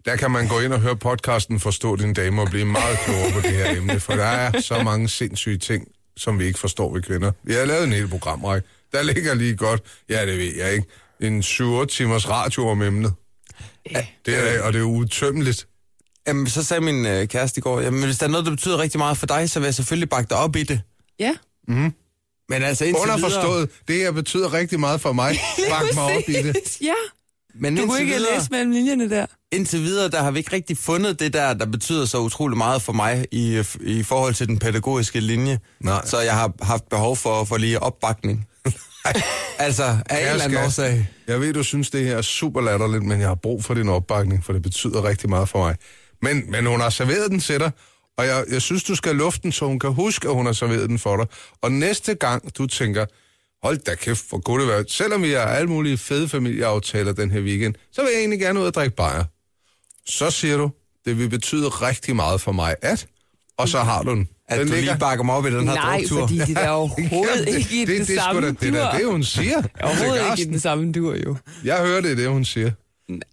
Speaker 4: Der kan man gå ind og høre podcasten Forstå din dame og blive meget klogere på det her emne, for der er så mange sindssyge ting, som vi ikke forstår ved kvinder. Vi har lavet en hel programrække. Der ligger lige godt, ja det ved jeg ikke, en 7 timers radio om emnet. Det er, og det er udtømmeligt.
Speaker 3: Jamen, så sagde min øh, kæreste i går, jamen, hvis der er noget, der betyder rigtig meget for dig, så vil jeg selvfølgelig bakke dig op i det.
Speaker 5: Ja,
Speaker 3: Men altså indtil videre...
Speaker 4: Underforstået, det her betyder rigtig meget for mig. Bak mig op i det.
Speaker 5: ja.
Speaker 3: Men
Speaker 5: Du kunne
Speaker 3: indtil
Speaker 5: ikke
Speaker 3: videre,
Speaker 5: læse mellem linjerne der.
Speaker 3: indtil videre, der har vi ikke rigtig fundet det der, der betyder så utrolig meget for mig i, øh, f- i forhold til den pædagogiske linje.
Speaker 4: Nej.
Speaker 3: Så jeg har haft behov for, for lige opbakning. altså, af en eller anden
Speaker 4: skat.
Speaker 3: årsag.
Speaker 4: Jeg ved, du synes, det her er super latterligt, men jeg har brug for din opbakning, for det betyder rigtig meget for mig. Men, men hun har serveret den til dig, og jeg, jeg synes, du skal lufte den, så hun kan huske, at hun har serveret den for dig. Og næste gang, du tænker, hold da kæft, hvor kunne det være. Selvom vi har alle mulige fede familieaftaler den her weekend, så vil jeg egentlig gerne ud og drikke bajer. Så siger du, det vil betyde rigtig meget for mig, at... Og så har du den.
Speaker 3: At
Speaker 4: den
Speaker 3: du lige
Speaker 4: ligger-
Speaker 3: bakker mig op i den her
Speaker 5: Nej,
Speaker 3: druktur.
Speaker 5: fordi det er da
Speaker 4: Jamen,
Speaker 5: overhovedet ikke i
Speaker 4: det,
Speaker 5: den
Speaker 4: det, er sgu
Speaker 5: samme
Speaker 4: da, det, er da
Speaker 5: dur.
Speaker 4: det, hun siger.
Speaker 5: Overhovedet
Speaker 4: Til
Speaker 5: ikke i
Speaker 4: Karsten.
Speaker 5: den samme dur, jo.
Speaker 4: Jeg hører det, er det hun siger.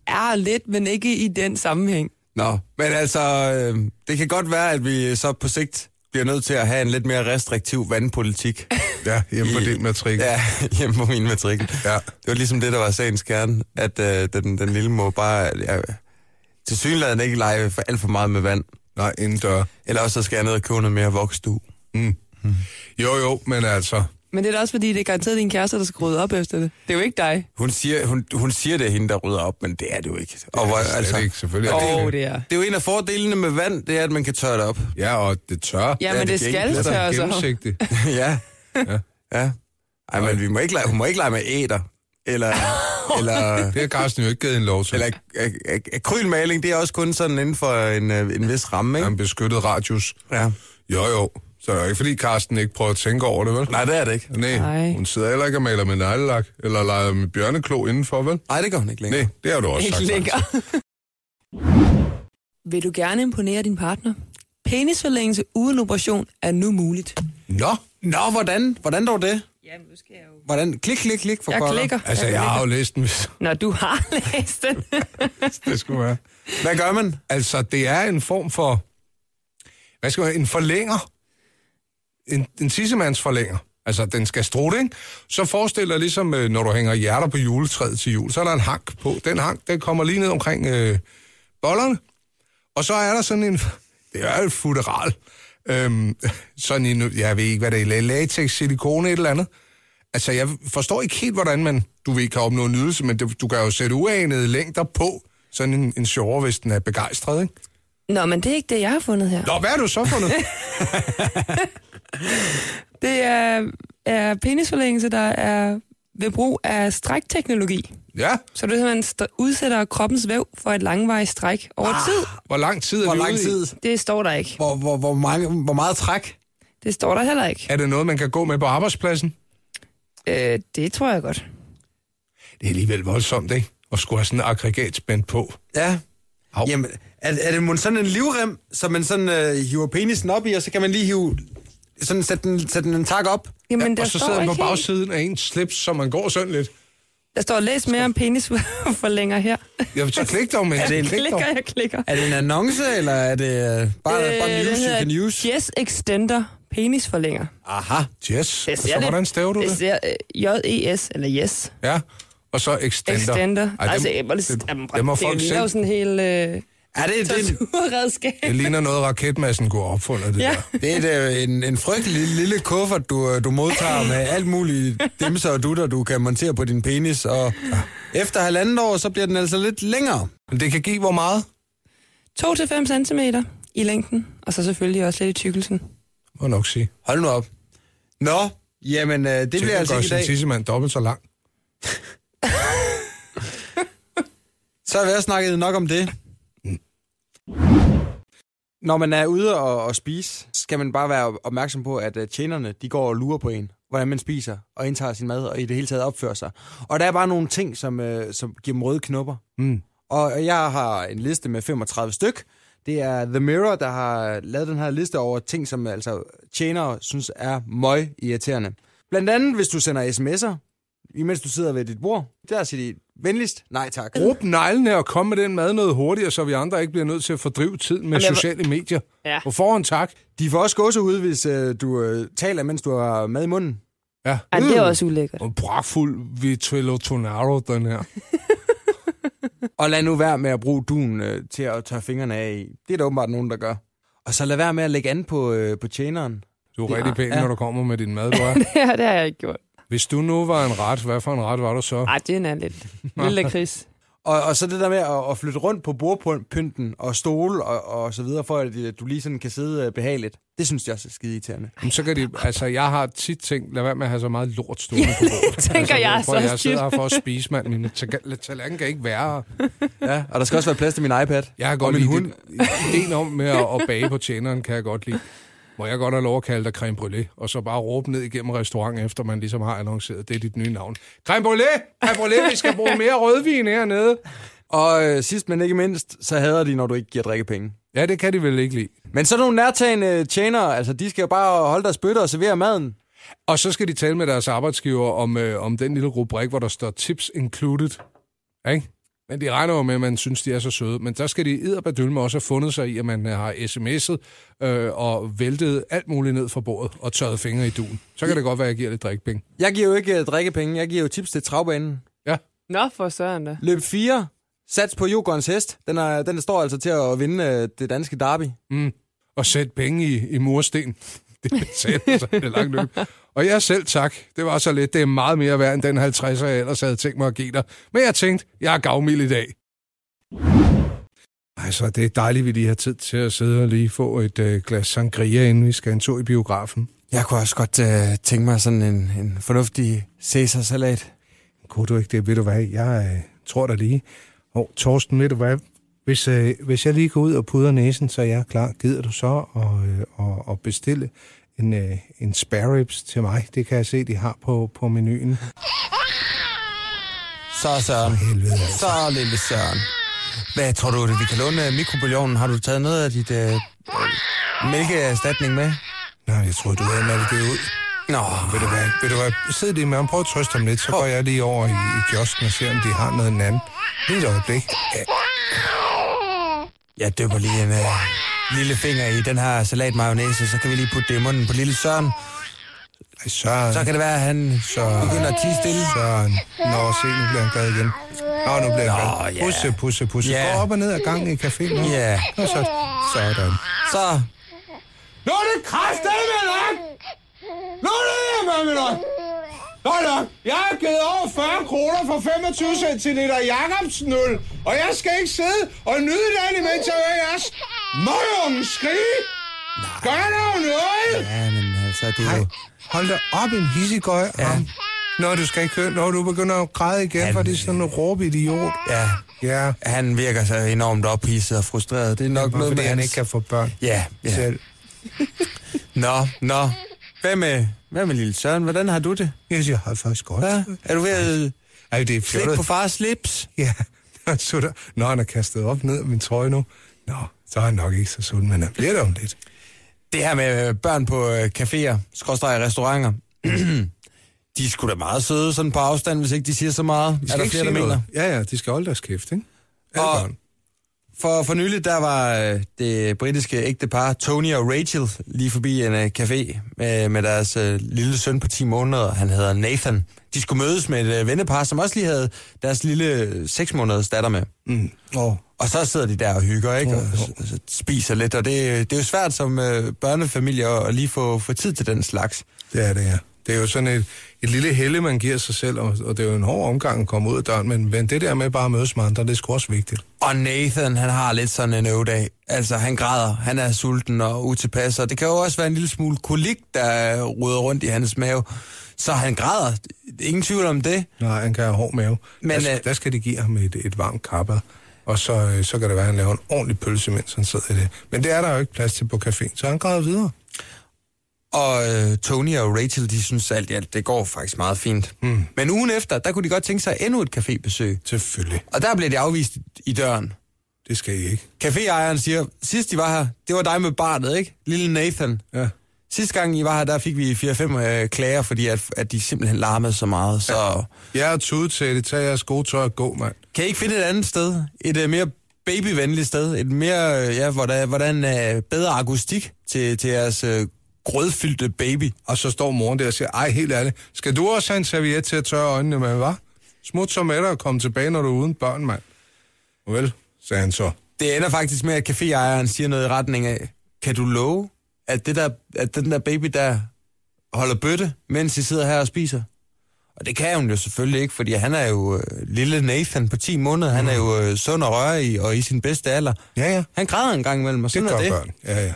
Speaker 5: Er lidt, men ikke i den sammenhæng.
Speaker 3: Nå, men altså, øh, det kan godt være, at vi så på sigt bliver nødt til at have en lidt mere restriktiv vandpolitik.
Speaker 4: Ja, hjemme på
Speaker 3: I-
Speaker 4: din matrik.
Speaker 3: ja, hjemme på min matrikel.
Speaker 4: Ja.
Speaker 3: Det var ligesom det, der var sagens kerne, at øh, den, den lille må bare øh, til synligheden ikke lege for alt for meget med vand.
Speaker 4: Nej, indendør.
Speaker 3: Eller også så skal jeg ned og købe noget mere vokstue.
Speaker 4: Jo, jo, men altså...
Speaker 5: Men det er da også fordi, det er garanteret din kæreste, der skal rydde op efter det. Det er jo ikke dig.
Speaker 3: Hun siger, hun, hun siger, det er hende, der rydder op, men det er det jo ikke. Og hvor,
Speaker 4: Det er altså, ikke, selvfølgelig.
Speaker 5: Åh,
Speaker 4: er det
Speaker 5: oh,
Speaker 4: ikke.
Speaker 5: det er.
Speaker 3: Det er jo en af fordelene med vand, det er, at man kan tørre det op.
Speaker 4: Ja, og det tør.
Speaker 5: Ja,
Speaker 3: det
Speaker 5: men det, altså.
Speaker 3: kan
Speaker 5: skal
Speaker 3: ikke
Speaker 4: det er
Speaker 5: tørre så.
Speaker 4: gennemsigtigt.
Speaker 3: ja. Ja. Ej, men vi må ikke lege, hun må ikke lege med æder. Eller, eller
Speaker 4: Det har Carsten jo ikke givet en lov til.
Speaker 3: Eller
Speaker 4: Eller...
Speaker 3: ak- ak- ak- akrylmaling, det er også kun sådan inden for en, øh, en vis ramme, ikke?
Speaker 4: En beskyttet radius.
Speaker 3: Ja.
Speaker 4: Jo, jo. Så det er jo ikke, fordi Carsten ikke prøver at tænke over det, vel?
Speaker 3: Nej, det er det ikke.
Speaker 4: Nej.
Speaker 5: Nej.
Speaker 4: Hun sidder heller ikke og maler med neglelak, eller leger med bjørneklo indenfor, vel?
Speaker 3: Nej, det gør hun ikke længere.
Speaker 4: Nej, det har du også
Speaker 5: Ikke
Speaker 4: sagt.
Speaker 5: længere. Vil du gerne imponere din partner? Penisforlængelse uden operation er nu muligt.
Speaker 4: Nå,
Speaker 2: Nå, hvordan? Hvordan dog det? Jamen, nu skal jeg jo... Hvordan? Klik, klik, klik for
Speaker 5: Jeg
Speaker 2: pokker.
Speaker 5: klikker.
Speaker 4: altså jeg har jo læst den, hvis
Speaker 5: Når du har læst den.
Speaker 4: det skulle være.
Speaker 2: Hvad gør man?
Speaker 4: Altså, det er en form for... Hvad skal man En forlænger. En, en tissemands forlænger. Altså, den skal strutte, ikke? Så forestil dig ligesom, øh, når du hænger hjerter på juletræet til jul, så er der en hank på. Den hank, den kommer lige ned omkring øh, bollerne. Og så er der sådan en... Det er jo et futteral. Øhm, sådan en... Jeg ved ikke, hvad det er. Latex, silikone, et eller andet. Altså, jeg forstår ikke helt, hvordan man, du ved, kan opnå nydelse, men det, du kan jo sætte uanede længder på sådan en, en sjovere, hvis den er begejstret, ikke?
Speaker 5: Nå, men det er ikke det, jeg har fundet her.
Speaker 4: Nå, hvad har du så fundet?
Speaker 5: Det er, er penisforlængelse, der er ved brug af strækteknologi.
Speaker 4: ja,
Speaker 5: Så du simpelthen st- udsætter kroppens væv for et langvarigt stræk over
Speaker 4: Ah.
Speaker 5: tid.
Speaker 4: hvor lang tid er
Speaker 2: Hvor
Speaker 4: vi
Speaker 2: lang
Speaker 4: ude i?
Speaker 2: tid?
Speaker 5: Det står der ikke.
Speaker 2: Hvor, hvor, hvor, mange, hvor meget træk?
Speaker 5: Det står der heller ikke.
Speaker 4: Er det noget, man kan gå med på arbejdspladsen?
Speaker 5: Øh, det tror jeg godt.
Speaker 4: Det er alligevel voldsomt, ikke? At skulle have sådan en aggregat spændt på.
Speaker 2: Ja.
Speaker 4: Au.
Speaker 2: Jamen, er, er det mon sådan en livrem, som man sådan øh, hiver penisen op i, og så kan man lige hive, sådan sætte den, sætte den en tak op?
Speaker 5: Jamen,
Speaker 4: ja,
Speaker 5: der
Speaker 4: og så
Speaker 5: står
Speaker 4: sidder den på
Speaker 5: ikke helt-
Speaker 4: bagsiden af en slips, så man går sådan lidt.
Speaker 5: Der står, læs mere om penisforlænger her.
Speaker 4: Ja, så klik dog, men
Speaker 2: det en-
Speaker 4: klik dog.
Speaker 5: Klikker, jeg klikker.
Speaker 2: Er det en annonce, eller er det øh, bare, øh, bare
Speaker 5: det
Speaker 2: news, you can
Speaker 5: hedder
Speaker 2: use?
Speaker 5: Jess Extender penisforlænger.
Speaker 4: Aha, yes. Og
Speaker 5: Det
Speaker 4: så
Speaker 5: ser lidt-
Speaker 4: hvordan staver du
Speaker 5: Det
Speaker 4: det?
Speaker 5: ser øh, J-E-S, eller yes.
Speaker 4: Ja, og så extender.
Speaker 5: Extender.
Speaker 4: Ej, dem,
Speaker 5: altså,
Speaker 4: det,
Speaker 5: jeg må lige,
Speaker 4: det,
Speaker 5: jamen,
Speaker 4: det må
Speaker 5: det
Speaker 4: folk
Speaker 5: ligner jo
Speaker 4: selv.
Speaker 5: sådan en hel øh,
Speaker 7: Er det, det,
Speaker 5: torturredskab.
Speaker 4: Det ligner noget, raketmassen kunne have opfundet, det
Speaker 5: Ja.
Speaker 4: der.
Speaker 3: Det er da en, en frygtelig lille kuffert, du, du modtager med alt muligt dimser og dutter, du kan montere på din penis. Og efter halvandet år, så bliver den altså lidt længere.
Speaker 4: Men det kan give hvor meget?
Speaker 5: 2-5 cm i længden, og så selvfølgelig også lidt i tykkelsen.
Speaker 4: Må jeg nok sige.
Speaker 3: Hold nu op. Nå, jamen øh, det
Speaker 4: Det
Speaker 3: bliver altså
Speaker 4: gør
Speaker 3: ikke i
Speaker 4: sin
Speaker 3: dag.
Speaker 4: tissemand dobbelt så lang.
Speaker 3: Så har vi også snakket nok om det. Når man er ude og, og spise, skal man bare være opmærksom på, at øh, tjenerne de går og lurer på en, hvordan man spiser og indtager sin mad og i det hele taget opfører sig. Og der er bare nogle ting, som, øh, som giver dem røde knopper.
Speaker 4: Mm.
Speaker 3: Og jeg har en liste med 35 styk. Det er The Mirror, der har lavet den her liste over ting, som altså tjenere synes er møg irriterende. Blandt andet, hvis du sender sms'er, imens du sidder ved dit bord. Der siger de, venligst, nej tak.
Speaker 4: Råb neglene og kom med den mad noget hurtigere, så vi andre ikke bliver nødt til at fordrive tid med
Speaker 5: jeg-
Speaker 4: sociale medier.
Speaker 5: Ja.
Speaker 4: På forhånd tak.
Speaker 3: De får også gåsehud, hvis øh, du øh, taler, mens du har mad i munden.
Speaker 4: Ja. Øhm.
Speaker 5: Ej, det er også ulækkert.
Speaker 4: Og pragtfuld Vitello Tonaro, den her.
Speaker 3: Og lad nu være med at bruge duen øh, til at tørre fingrene af i. Det er der åbenbart nogen, der gør. Og så lad være med at lægge an på, øh, på tjeneren.
Speaker 4: Du er rigtig pæn,
Speaker 3: Ja.
Speaker 4: når du kommer med din mad, du er.
Speaker 5: Ja, det har jeg ikke gjort.
Speaker 4: Hvis du nu var en ret, hvad for en ret var du så?
Speaker 5: Ej, det er en lidt lille kris.
Speaker 3: Og, og så det der med at, at flytte rundt på bordpynten og stole og, og så videre, for at øh, du lige sådan kan sidde øh, behageligt. Det synes jeg også er skide irriterende.
Speaker 4: Jamen, så kan de, altså, jeg har tit tænkt, lad være med at have så meget lort stående på bordet.
Speaker 5: tænker jeg
Speaker 4: for,
Speaker 5: så
Speaker 4: Jeg
Speaker 5: også
Speaker 4: sidder her
Speaker 5: tit.
Speaker 4: for at spise, mand. Min tal- tallerken kan ikke være her.
Speaker 3: Ja, og der skal også være plads til min iPad.
Speaker 4: Jeg har
Speaker 3: og
Speaker 4: godt
Speaker 3: min
Speaker 4: lide hund. ideen om med at, at bage på tjeneren, kan jeg godt lide. Må jeg godt have lov at kalde dig creme brûlée, og så bare råbe ned igennem restauranten, efter man ligesom har annonceret, det er dit nye navn. Creme brûlée! Creme brûlée, vi skal bruge mere rødvin hernede.
Speaker 3: Og øh, sidst men ikke mindst, så hader de, når du ikke giver drikkepenge.
Speaker 4: Ja, det kan de vel ikke lide.
Speaker 3: Men sådan nogle nærtagende tjenere, altså de skal jo bare holde deres bøtter og servere maden.
Speaker 4: Og så skal de tale med deres arbejdsgiver om, øh, om den lille rubrik, hvor der står tips included. Ikke? Men de regner jo med, at man synes, de er så søde. Men der skal de edderbadølme også have fundet sig i, at man øh, har sms'et øh, og væltet alt muligt ned fra bordet og tørret fingre i duen. Så kan det godt være, at jeg giver lidt drikpenge.
Speaker 3: Jeg giver jo ikke øh, drikkepenge, jeg giver jo tips til travbanen.
Speaker 5: Nå, for søren da.
Speaker 3: Løb 4, sats på Jogorns hest. Den, er, den står altså til at vinde øh, det danske derby.
Speaker 4: Og sætte penge i, i mursten. Det betaler sig det langt løb. Og jeg selv tak. Det var så lidt. Det er meget mere værd end den 50'er, jeg ellers havde tænkt mig at give dig. Men jeg tænkte, jeg er gavmild i dag. Altså, det er dejligt, at vi lige har tid til at sidde og lige få et øh, glas sangria, inden vi skal en tur i biografen.
Speaker 3: Jeg kunne også godt øh, tænke mig sådan en, en fornuftig Caesar-salat.
Speaker 4: Kunne du ikke det? Ved du hvad? Jeg øh, tror dig lige. Og Torsten, ved du hvad? Hvis, øh, hvis jeg lige går ud og pudrer næsen, så er jeg klar. Gider du så at, øh, at, at bestille en, øh, en spare ribs til mig? Det kan jeg se, de har på, på menuen.
Speaker 7: Så Søren.
Speaker 4: Helvede.
Speaker 7: Så lille Søren. Hvad tror du, vi kan låne øh, mikrobølgeovnen? Har du taget noget af dit øh, øh, mælkeerstatning med?
Speaker 4: Nej, jeg tror du havde malket det ud.
Speaker 7: Nå,
Speaker 4: Ved du hvad? Ved du hvad? Sid lige med ham. Prøv at trøste ham lidt. Så går jeg lige over i, i kiosken og ser, om de har noget en anden. Lige et øjeblik.
Speaker 7: jeg døber lige en øh, lille finger i den her salatmayonnaise, så kan vi lige putte det i munden på lille Søren.
Speaker 4: Ej, Søren.
Speaker 7: Så kan det være, at han
Speaker 4: Søren.
Speaker 7: begynder at tige stille.
Speaker 4: Søren. Nå, se, nu bliver han glad igen. Nå, nu bliver han
Speaker 7: Nå,
Speaker 4: glad.
Speaker 7: ja.
Speaker 4: Pusse, pusse, pusse.
Speaker 7: Ja.
Speaker 4: Gå op og ned ad gangen i caféen. nu.
Speaker 7: Ja.
Speaker 4: Nå, så. Sådan.
Speaker 7: Så
Speaker 4: Nu er det kraftedeme nok! Nu er det med nok! Nå, nå. Jeg har givet over 40 kroner for 25 cm Jacobsen øl, og jeg skal ikke sidde og nyde den, imens jeg hører jeres møgunge skrige. Gør dog noget!
Speaker 7: Ja, men altså, det er jo...
Speaker 4: Hold da op, en hissigøj. Ja. Nå, du skal ikke høre. Nå, du begynder at græde igen, for det er sådan en råbidiot.
Speaker 7: Ja,
Speaker 4: Ja,
Speaker 7: han virker så enormt ophidset og frustreret. Det er nok noget
Speaker 4: fordi
Speaker 7: med
Speaker 4: han
Speaker 7: hans-
Speaker 4: ikke kan få børn
Speaker 7: Ja, ja.
Speaker 4: selv.
Speaker 7: Nå, nå. Hvad med, hvad med lille Søren? Hvordan har du det?
Speaker 4: Jeg siger, har faktisk godt.
Speaker 7: Hvad? Er du ved at
Speaker 4: Ej, det
Speaker 7: slikke
Speaker 4: er
Speaker 7: på
Speaker 4: fjollet.
Speaker 7: fars slips?
Speaker 4: Ja, han sutter. Nå, han har kastet op ned af min trøje nu. Nå, så er han nok ikke så sulten, men han bliver det om lidt.
Speaker 7: Det her med øh, børn på øh, caféer, skråstreger restauranter. de er sgu da meget søde sådan på afstand, hvis ikke de siger så meget.
Speaker 4: De
Speaker 7: er
Speaker 4: skal
Speaker 7: der
Speaker 4: ikke
Speaker 7: flere, der
Speaker 4: sige
Speaker 7: mener?
Speaker 4: noget. Ja, ja, de skal holde deres kæft, ikke? Alle
Speaker 7: Og-
Speaker 4: børn.
Speaker 3: For, for nylig, der var øh, det britiske ægtepar Tony og Rachel lige forbi en øh, café med, med deres øh, lille søn på 10 måneder. Han hedder Nathan. De skulle mødes med et øh, vennepar, som også lige havde deres lille 6 måneders datter med. Mm. Oh. Og så sidder de der og hygger, ikke? Og, og, og spiser lidt. Og det, øh, det er jo svært som øh, børnefamilie at, at lige få, få tid til den slags.
Speaker 4: Det er det, ja. Det er jo sådan et, et lille helle, man giver sig selv, og, og det er jo en hård omgang at komme ud af døren, men, men det der med bare at mødes med andre, det er sgu også vigtigt.
Speaker 3: Og Nathan, han har lidt sådan en øvedag. Altså, han græder, han er sulten og utilpas, og det kan jo også være en lille smule kolik, der ruder rundt i hans mave. Så han græder. Ingen tvivl om det.
Speaker 4: Nej, han kan have hård mave.
Speaker 3: Men,
Speaker 4: Men, der,
Speaker 3: øh,
Speaker 4: der skal de give ham et, et varmt kapper, og så, øh, så kan det være, at han laver en ordentlig pølse, mens han sidder i det. Men det er der jo ikke plads til på caféen, så han græder videre.
Speaker 3: Og øh, Tony og Rachel, de synes alt i alt, det går faktisk meget fint. Mm. Men ugen efter, der kunne de godt tænke sig endnu et cafébesøg.
Speaker 4: Selvfølgelig.
Speaker 3: Og der blev de afvist i døren.
Speaker 4: Det skal I ikke.
Speaker 3: Caféejeren siger, sidst de var her, det var dig med barnet, ikke? Lille Nathan.
Speaker 4: Ja.
Speaker 3: Sidste gang I var her, der fik vi 4-5 øh, klager, fordi at, at de simpelthen larmede så meget. Så ja.
Speaker 4: Jeg er tude til det. Tag jeres gode tøj og gå, mand.
Speaker 3: kan I ikke finde et andet sted? Et øh, mere babyvenligt sted? Et mere, øh, ja, hvor der, hvordan øh, bedre akustik til, til jeres øh, grødfyldte baby?
Speaker 4: Og så står moren der og siger, ej, helt ærligt, skal du også have en serviet til at tørre øjnene med, hva'? Smut så med dig og kom tilbage, når du er uden børn, mand. Vel, sagde han så.
Speaker 3: Det ender faktisk med, at caféejeren siger noget i retning af, kan du love, at, det der, at den der baby der holder bøtte, mens I sidder her og spiser? Og det kan hun jo selvfølgelig ikke, fordi han er jo øh, lille Nathan på 10 måneder. Han er jo øh, sund og rørig og i sin bedste alder.
Speaker 4: Mm. Ja, ja.
Speaker 3: Han græder en gang imellem, og
Speaker 4: Det
Speaker 3: sådan
Speaker 4: gør
Speaker 3: er det.
Speaker 4: børn. Ja, ja.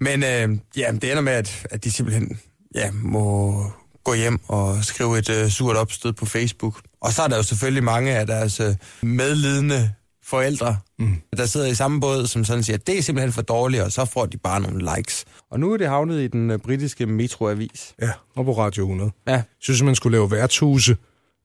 Speaker 3: Men øh, ja, det ender med, at, at de simpelthen ja, må gå hjem og skrive et øh, surt opstød på Facebook. Og så er der jo selvfølgelig mange af deres øh, medlidende forældre, mm. der sidder i samme båd, som sådan siger, at det er simpelthen for dårligt, og så får de bare nogle likes. Og nu er det havnet i den øh, britiske metroavis.
Speaker 4: Ja, og på Radio 100.
Speaker 3: Ja.
Speaker 4: Jeg synes, man skulle lave værtshuse,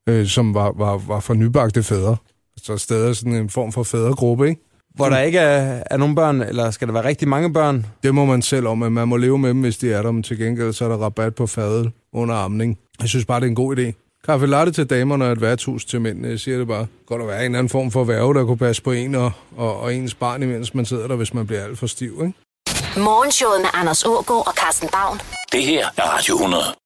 Speaker 4: øh, som var, var, var for nybagte fædre. Så steder sådan en form for fædregruppe, ikke?
Speaker 2: Hvor der ikke er, er nogen børn, eller skal der være rigtig mange børn?
Speaker 4: Det må man selv om, at man må leve med dem, hvis de er der. Men til gengæld, så er der rabat på fadet under amning. Jeg synes bare, det er en god idé. Kaffe latte til damerne og et værtshus til mændene, jeg siger det bare. Godt at være en eller anden form for værve, der kunne passe på en og, og, og ens barn, imens man sidder der, hvis man bliver alt for stiv, ikke?
Speaker 1: Morgenshowet med Anders Ågaard og Carsten Baum.
Speaker 8: Det her er Radio 100.